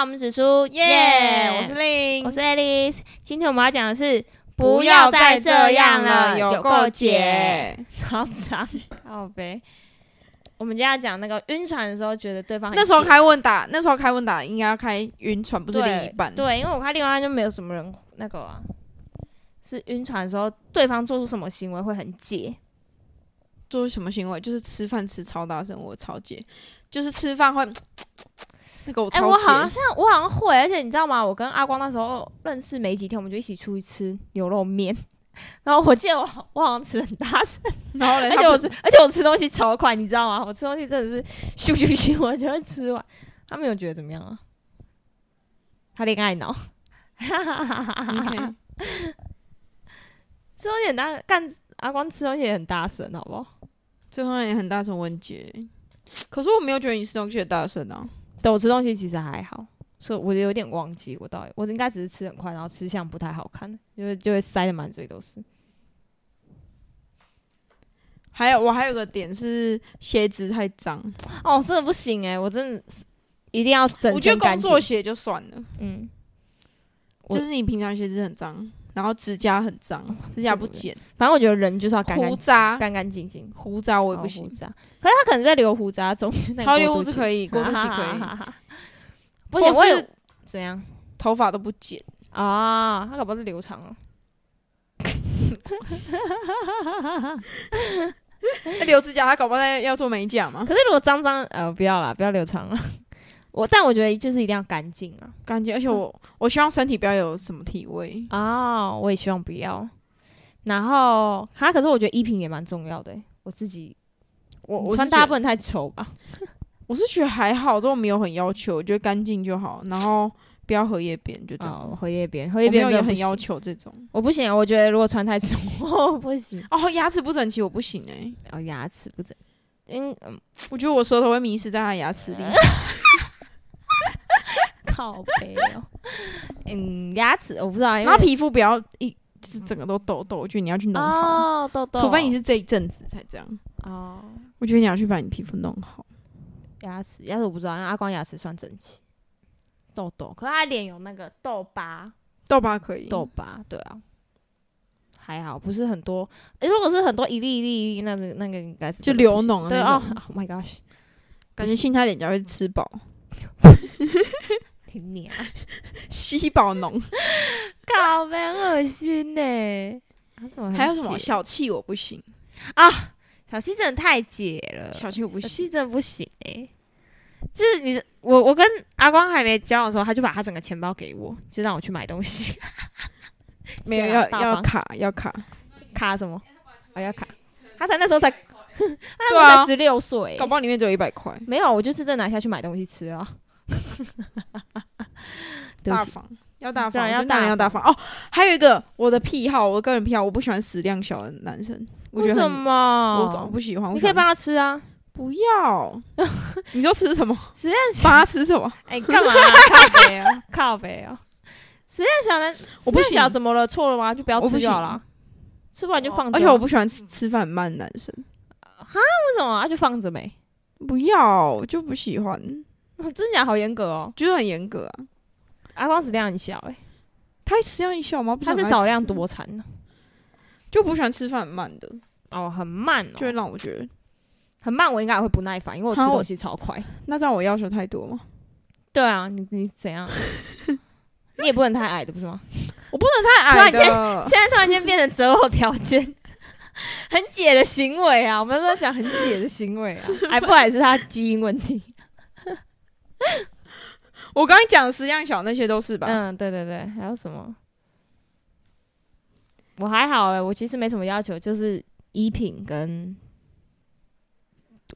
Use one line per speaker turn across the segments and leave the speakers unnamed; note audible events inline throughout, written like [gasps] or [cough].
我们指出，耶、
我是令，
我是 Alice。今天我们要讲的是
不要再这样了，有够
解，
解。
超长，好呗。我们今天要讲那个晕船的时候，觉得对方很
那时候
贱
开问答，那时候开问答应该要开晕船，不是
对
另一半。，
对，因为我看另外一半就没有什么人那个、啊，是晕船的时候，对方做出什么行为会很解，
做什么行为？就是吃饭吃超大声，我超解。就是吃饭会那个我
哎、
超
我好像
解。
像我好像会，而且你知道吗？我跟阿光那时候认识没几天，我们就一起出去吃牛肉面。 [laughs] 然后我记得我好我好像吃很大声，
然后嘞，
而且
他
我
不
吃而且我吃东西超快，你知道吗？我吃东西真的是咻咻咻，我就会吃完。他没有觉得怎么样啊？他恋爱脑， [laughs]
OK
吃东西很大，干阿光吃东西也很大声，好不好？
这方面也很大声，我很解。可是我没有觉得你吃东西很大声啊。
对我吃东西其实还好，所以我就有点忘记我到底，我应该只是吃很快，然后吃相不太好看，因为就会塞得满嘴都是。
还有我还有个点是鞋子太脏，
哦，这个不行哎、我真的是一定要整
我觉
身
得
干
工
净。
作鞋就算了，
嗯，我
就是你平常鞋子很脏，然后指甲很脏，指甲不剪，
反正我觉得人就是要干
胡
干
渣
干干净净，
胡渣我也不
哦
行
胡，渣。可是他可能在留胡渣中间，
潮流
胡
胡子可以，
啊
过渡期可以，
以。 [laughs] 不行，
或
我有
是
怎样
头发都不剪，
啊？他搞不好是留长了。
那留指甲他搞不好在要做美甲吗？
可是如果脏脏，呃，不要啦，不要留长了。 [laughs] 我但我觉得就是一定要干净啊。
感觉，而且我我希望身体不要有什么体味，
哦，我也希望不要。然后，哈，可是我觉得衣品也蛮重要的欸、我自己，我
你
我
是
穿搭
觉
不能太丑吧？
我是觉得还好，这我没有很要求，我觉得干净就好，然后不要荷叶边，就这样。
哦，荷叶边，荷
我
叶
没
边
有
真的
很
不
要
行，
求这种
我不行啊，我觉得如果穿太丑，我不行。
哦，牙齿不整齐我不行哎、
哦，牙齿不整， [laughs] 嗯，嗯
我觉得我舌头会迷失在他的牙齿里。
靠背哦， [laughs] 嗯，牙齿我不知道，因
然后
为
皮肤不要一就是整个都痘痘，我觉得你要去弄好，
哦，痘痘，
除非你是这一阵子才这样。
哦，
我觉得你要去把你皮肤弄好。
牙齿，牙齿我不知道，因为阿光牙齿算整齐，痘痘，可是他脸有那个痘疤，
痘疤可以，
痘疤，对啊，还好，不是很多。诶如果是很多一粒一粒一粒，那个那个应该是
就
真的不
流
行
脓的
对
那
哦
种
[laughs] ，Oh my gosh，
感觉亲他脸颊会吃饱，
挺娘，
吸
[laughs]
饱脓。
靠背，很恶心呢。啊怎很
还有什么
解
小气我不行，
啊？小七真的太解了，
小气我不
小
行
七。真的不行哎、就是你，我我跟阿光还没交往的时候，他就把他整个钱包给我，就让我去买东西，
没有
是啊 [laughs]
要
大
要
方
卡要卡，
卡什么？我、要卡，他才那时候才， [laughs] 他
对
那时
啊
候才十六岁欸，
[laughs] 搞不好里面只有一百块，
没有，我就是真的拿下去买东西吃啊。 [laughs] 对不
大
起，
方要大
对啊
方，
要
我觉得男人要大方哦。还有一个我的癖好，我个人癖好，我不喜欢食量小的男生，我觉
为
得
什
很我我
么？
不喜欢。我
你
喜
可以
欢
帮他吃啊。
不
[laughs]
要？你都吃什么？
实验小，
帮他吃什么？
哎，干嘛啊？靠北哦，靠北哦。实验小呢？
我不
实验小
行
怎么了？错了吗？就不要
我不
吃就好
行哦
了，吃不完就放着啊。
而且我不喜欢吃吃饭很慢的男生，
为什么啊？就放着没？
不要，我就不喜欢，
真假好严格哦。
就是很严格啊。
阿光食量很小哎，
他食量一小吗？不
他
很
是
爱
少量
吃，
多餐呢。
就不喜欢吃饭很慢的，
哦，很慢
就会
哦，
让我觉得，
很慢，我应该也会不耐烦，因为我吃
好我
东西超快。
那这样我要求太多吗？
对啊，你你怎
[laughs]
样？你也不能太矮的，不是吗？
太矮
突然间
的，
现在突然间变成择偶条件， [laughs] 很解的行为啊！我们都讲很解的行为
[laughs]
啊，矮不矮是他基因问题。
[laughs] 我刚才讲的食量小那些都是吧？
嗯，对对对，还有什么？我还好哎、我其实没什么要求，就是衣品跟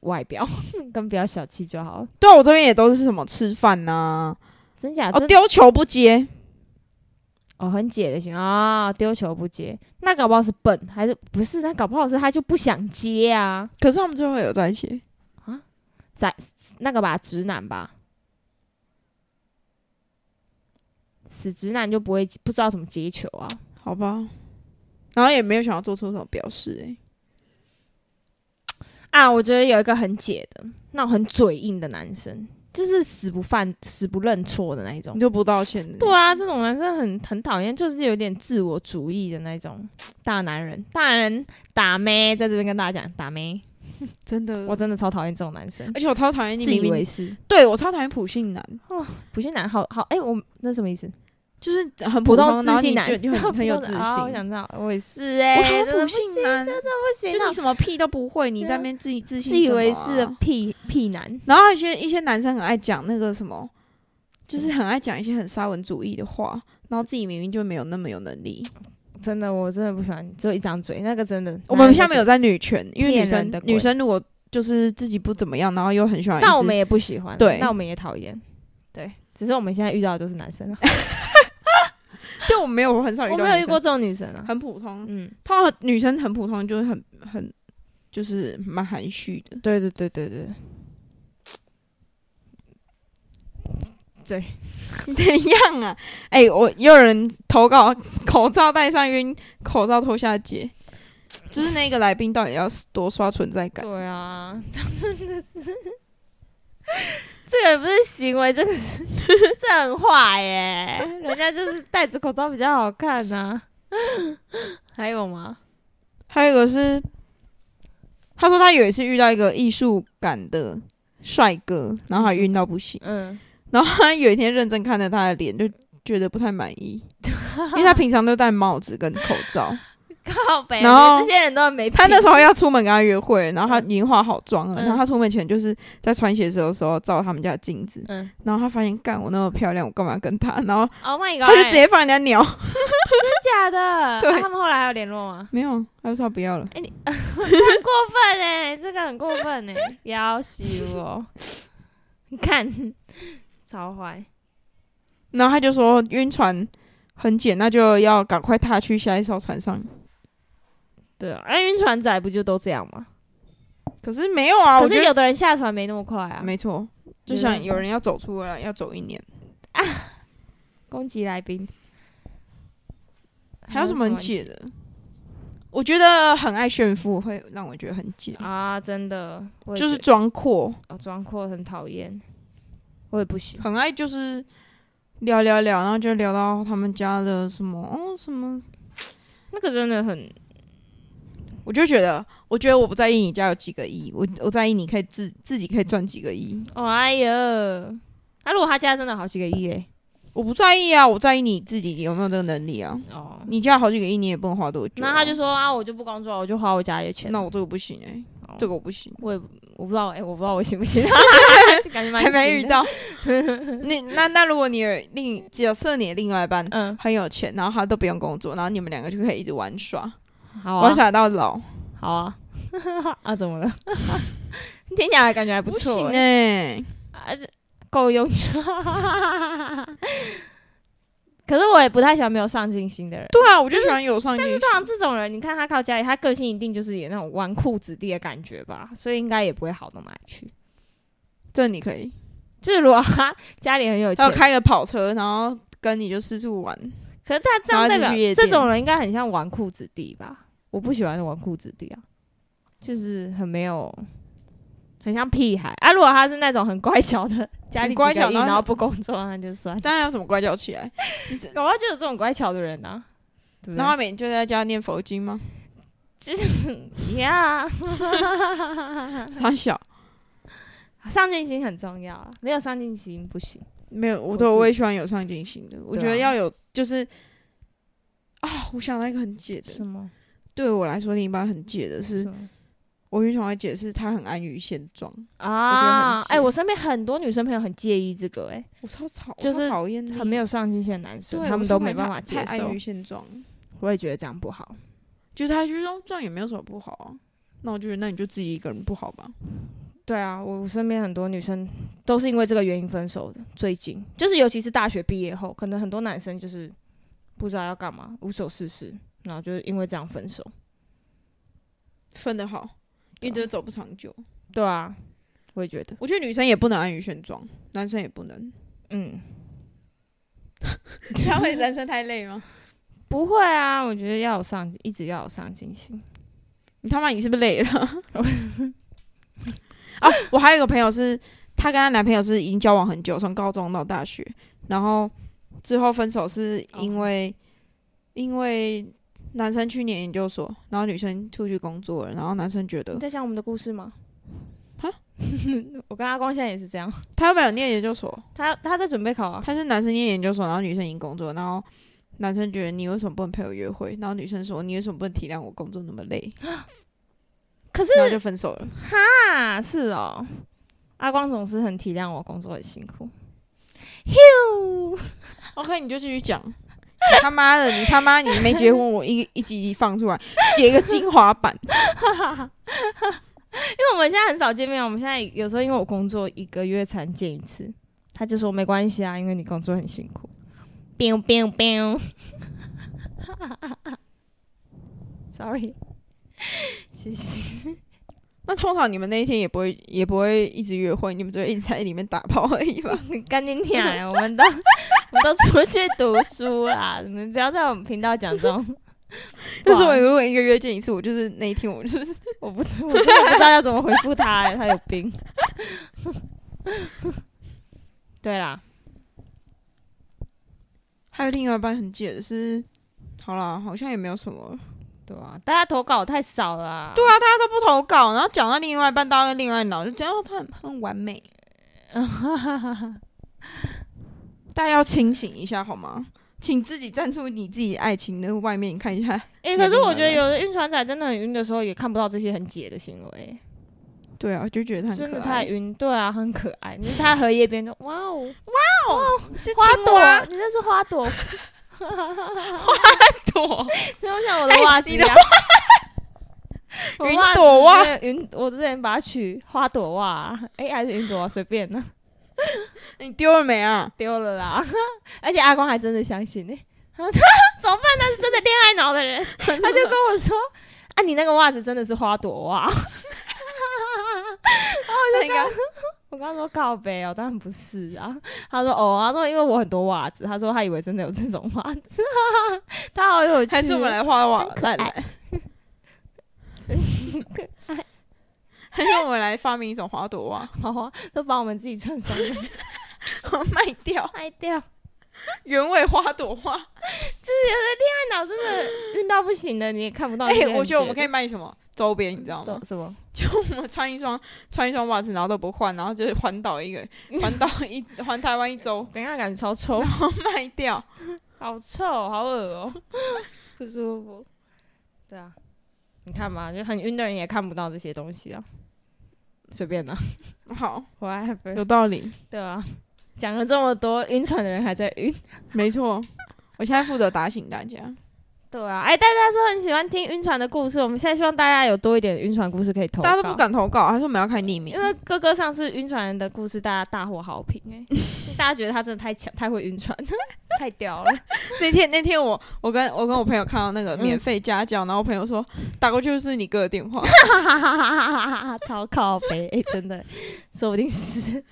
外表， [laughs] 跟不要小气就好了。
对啊，我这边也都是什么吃饭呐、
真假？
哦
真
丢球不接，
哦，很解的行啊，丢球不接，那搞不好是笨，还是不是？那搞不好是他就不想接啊，
可是他们最后有在一起，
那个吧，直男吧，死直男就不会不知道怎么接球啊。
好吧？然后也没有想要做出什么表示、欸，
啊，我觉得有一个很解的，那种很嘴硬的男生，就是死不犯、死不认错的那一种
你。就不道歉的，
对啊，这种人真的很很讨厌，就是有点自我主义的那种大男人。大男人打妹，在这边跟大家讲打妹，
真的。
我真的超讨厌这种男生，
而且我超讨厌你
自
明
以
明
为是。
对我超讨厌普信男，
普信男好好，哎、我那什么意思？
就是很
普
通，
通
然
自
后你
信男
就，
[laughs]
你很很有自信。
哦我
我
想知道，我也是哎、
讨厌
真的
普
不行
信男，
不行
就
啊
你什么屁都不会，你
对啊
在那边自己自信、
自以为是的。屁屁男。
然后还有一些一些男生很爱讲那个什么，
嗯
就是很爱讲一些很沙文主义的话，然后自己明明就没有那么有能力。
嗯真的，我真的不喜欢，只有一张嘴，那个真的。
我
那
们
个
现在没有在女权，因为女
骗
生
人的鬼
女生如果就是自己不怎么样，然后又很喜欢一直，
但我们也不喜欢，
对
那我们也讨厌，对。只是我们现在遇到的都是男生啊，
对我没有，我很少遇
我
到，
没有遇过，这种女生啊。
很普通。
嗯，
碰到女生很普通，就是很很就是蛮含蓄的。 [laughs]
对对对对对，
怎样啊？哎、我也有人投稿，口罩戴上晕，口罩脱下解，就是那个来宾到底要多刷存在感？
对啊， [laughs] 真的 [laughs] 是，这个不是行为，这个 [laughs] 是这很坏耶。人家就是戴着口罩比较好看呐、 [laughs] 还有吗？
还有一个是，他说他有一次遇到一个艺术感的帅哥，然后还晕到不行，
嗯，
然后他有一天认真看着他的脸，就觉得不太满意，因为他平常都戴帽子跟口罩。
靠北，
然
我觉
后
得这些人都没
他那时
候
候要出门跟他约会，然后他已经化好妆了，
嗯
然后他出门前就是在穿鞋子的时候照他们家的镜子，
嗯
然后他发现干我那么漂亮，我干嘛跟他？然后
，Oh my god，
他就直接放人家鸟，
真假的？啊
对
他们后来还有联络吗？
没有，他就说他不要了。
很过分哎、这个很过分哎、要死 [laughs] 我！你看，超坏。
然后他就说晕船很简，那就要赶快踏去下一艘船上。
对啊，那晕船仔不就都这样吗？
可是没有啊，
可
我觉
是
得
有的人下船没那么快啊。
没错，就像有人要走出来，要走一年。
攻击来宾，
还有什么很解
的
的？我觉得很爱炫富会让我觉得很解，
啊？真的，我也
就是
觉
装阔，
得哦，装阔很讨厌，我也不喜欢。
很爱就是聊聊聊，然后就聊到他们家的什么哦什么，
那个真的很
我就觉得，我觉得我不在意你家有几个亿，
嗯
我我在意你可以自自己可以赚几个亿，
哦，哎呀，那、如果他家真的好几个亿哎、
我不在意啊，我在意你自己有没有这个能力啊。
哦，
你家有好几个亿，你也不能花多久啊、
那他就说啊，我就不工作，我就花我家里的钱。
那我这个不行哎、
哦
这个我不行，
我也不我不知道哎、我不知道我行不
[laughs]
行，感觉蛮
还没
行
遇
的。
到。
[laughs]
你那那如果你有另假设你的另外一半
嗯，
很有钱，然后他都不用工作，然后你们两个就可以一直玩耍，
好啊
玩，耍到老，
好啊，啊，怎么了？ [laughs] 听起来感觉还不
不
错、
行
欸，
哎、
够用就好。 [laughs] 可是我也不太喜欢没有上进心的人。
对啊，我就喜欢有上进心。
像这种人，你看他靠家里，他个性一定就是有那种纨绔子弟的感觉吧，所以应该也不会好到哪里去。
这你可以，
就是如果他家里很有
还
钱
有，开个跑车，然后跟你就四处玩。
可是他这样那
然后他就去夜
个
店
这种人应该很像纨绔子弟吧？我不喜欢纨绔子弟啊，就是很没有，很像屁孩啊。如果他是那种很乖巧的，家里
很乖
几个
巧
亿
然后
然后不工作，那就
[laughs]
算。
当然有什么怪叫起来，
搞不好就有这种乖巧的人啊，对不
然后他每天就在家念佛经吗？
对？ [laughs] 呀，
傻小，
上进心很重要啊，没有上进心不行。
没有，我
我
对
自己
我也喜欢有上进心的。我觉得要有，就是啊，我想到一个很解的，
什么？
对我来说另一半很解的是，我经常会解释他很安于现状，
啊
我觉得很？
哎、
介
我身边很多女生朋友很介意这个、
我超讨，我
就是
超讨厌那
哎，
种
很没，有上进心的男生，
对
他们
我
都
超讨
没
厌
办
他
法接
太
受
安于。现状，
我也觉得这样不好。
就是他就说这样也没有什么不好啊。那我就觉得那你就自己一个人不好吧。
对啊，我我身边很多女生都是因为这个原因分手的。最近就是，尤其是大学毕业后，可能很多男生就是不知道要干嘛，无所事事，然后就是因为这样分手。
分的好，因为这走不长久。
对啊，我也觉得，
我觉得女生也不能安于现状，男生也不 [laughs] 能。
嗯，
他会人生太累吗？
不会啊，我觉得要有上，一直要有上进心。
[laughs] 你他妈你是不是累了？啊，我还有一个朋友是，她跟她男朋友是已经交往很久，从高中到大学，然后之后分手是
哦
因为、因为男生去念研究所，然后女生出去工作了，然后男生觉得
你在想我们的故事吗？
哈，
[laughs] 我跟阿光现在也是这样，
他又没有念研究所，
他他在准备考啊，
他是男生念研究所，然后女生已经工作，然后男生觉得你为什么不能陪我约会？然后女生说你为什么不能体谅我工作那么累？
[gasps] 可是
然后就分手了。
啊，是哦，阿光总是很体谅我工作很辛苦。咻，
OK，你就继续讲。你他妈的，你他妈你没结婚，我一一集一集放出来，截个精华版。
因为我们现在很少见面，我们现在有时候因为我工作一个月才见一次，他就说没关系啊，因为你工作很辛苦。biu biu biu [laughs] ，sorry，谢谢。
那通常你们那一天也不会也不会一直约会，你们只会一直在里面打炮而已 [laughs] 吧？。
赶紧听来，我们都 [laughs] 我们都出去读书啦，你们不要在我们频道讲这种
但是我如果一个月见一次，我就是那一天我就是
我不知，我真的不知道要怎么回复他、欸，他有病。 [laughs] 对啦，
还有另外一半很解的是，好啦，好像也没有什么了。
对啊，大家投稿太少了、啊。
对啊，大家都不投稿，然后讲到另外一半，大家恋爱脑就讲到他很很完 [laughs] 美，大家要清醒一下好吗？请自己站出你自己爱情的外面，看一下。
哎、
也
可是
另
我
外
觉得
一
有的晕船仔真的很晕的时候，也看不到这些很解的行为，
对啊，就觉得他很
真的
可
太
爱。
晕。对啊，很可爱。就是他荷叶边就哇哦，
是
花
青
朵，啊
蛙
你这是花 [laughs] 朵，
朵，
[laughs] 就像哎我的袜子一样。 [laughs] 我
云
袜子
朵袜
之前，云，我之前把它取花朵袜啊，哎、还是云朵啊，随便呢、
你丢了没啊？
丢了啦， [laughs] 而且阿光还真的相信呢、他说 [laughs] 怎么办？他是真的恋爱脑的 [laughs] 人，他就跟我说：“啊，你那个袜子真的是花朵袜。哦
那应该”
我刚说告白哦，当然不是啊。他说：“哦，他说因为我很多袜子，他说他以为真的有这种袜子， [laughs] 他好有趣。”
还是我们来画画
真可爱
来来， [laughs] 还是我们来发明一种花朵
[laughs]
袜，
好啊，都把我们自己穿上了，
卖掉
卖掉。
[laughs]
哎
原味花朵袜。
恋爱脑真的晕到不行的，你也看不到。
哎、我觉得我们可
以
以卖什么周边，你知道吗
做？什么？
就我们穿一双穿一双袜子，然后都不换，然后就是环岛一个环岛一环台湾一周，
等一下感觉超
[laughs]
臭。
然后卖掉。
好臭，好恶哦、不舒服。对啊，你看嘛，就很晕的人也看不到这些东西啊，随便
[laughs]
啦
好，
，whatever。
道理，
[laughs] 对啊，讲了这么多，晕船的人还在晕。
没错。我现在负责打醒大家。
对啊，哎、大家说很喜欢听晕船的故事，我们现在希望大家有多一点晕船故事可以投稿
大家都不，敢投稿，还是我们要开匿名
因？为哥哥上次晕船的故事大家大获好评、 [laughs] 哎，大家觉得他真的太强，太会晕船， [laughs] 太屌了。 [laughs]
[laughs] 那天那天我我跟我跟我朋友看到那个免费家教，然后我朋友说打过去就是你哥的电话， [laughs]
哈哈哈哈哈哈哈！超靠背，哎、真的，说不定 [laughs] 是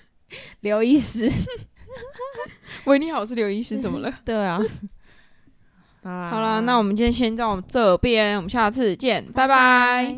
刘医师。
喂你好，我是刘医师，怎么了？
对 [laughs] 啊，好啦啊
好啦，那我们今天先到这边，我们下次见，拜拜。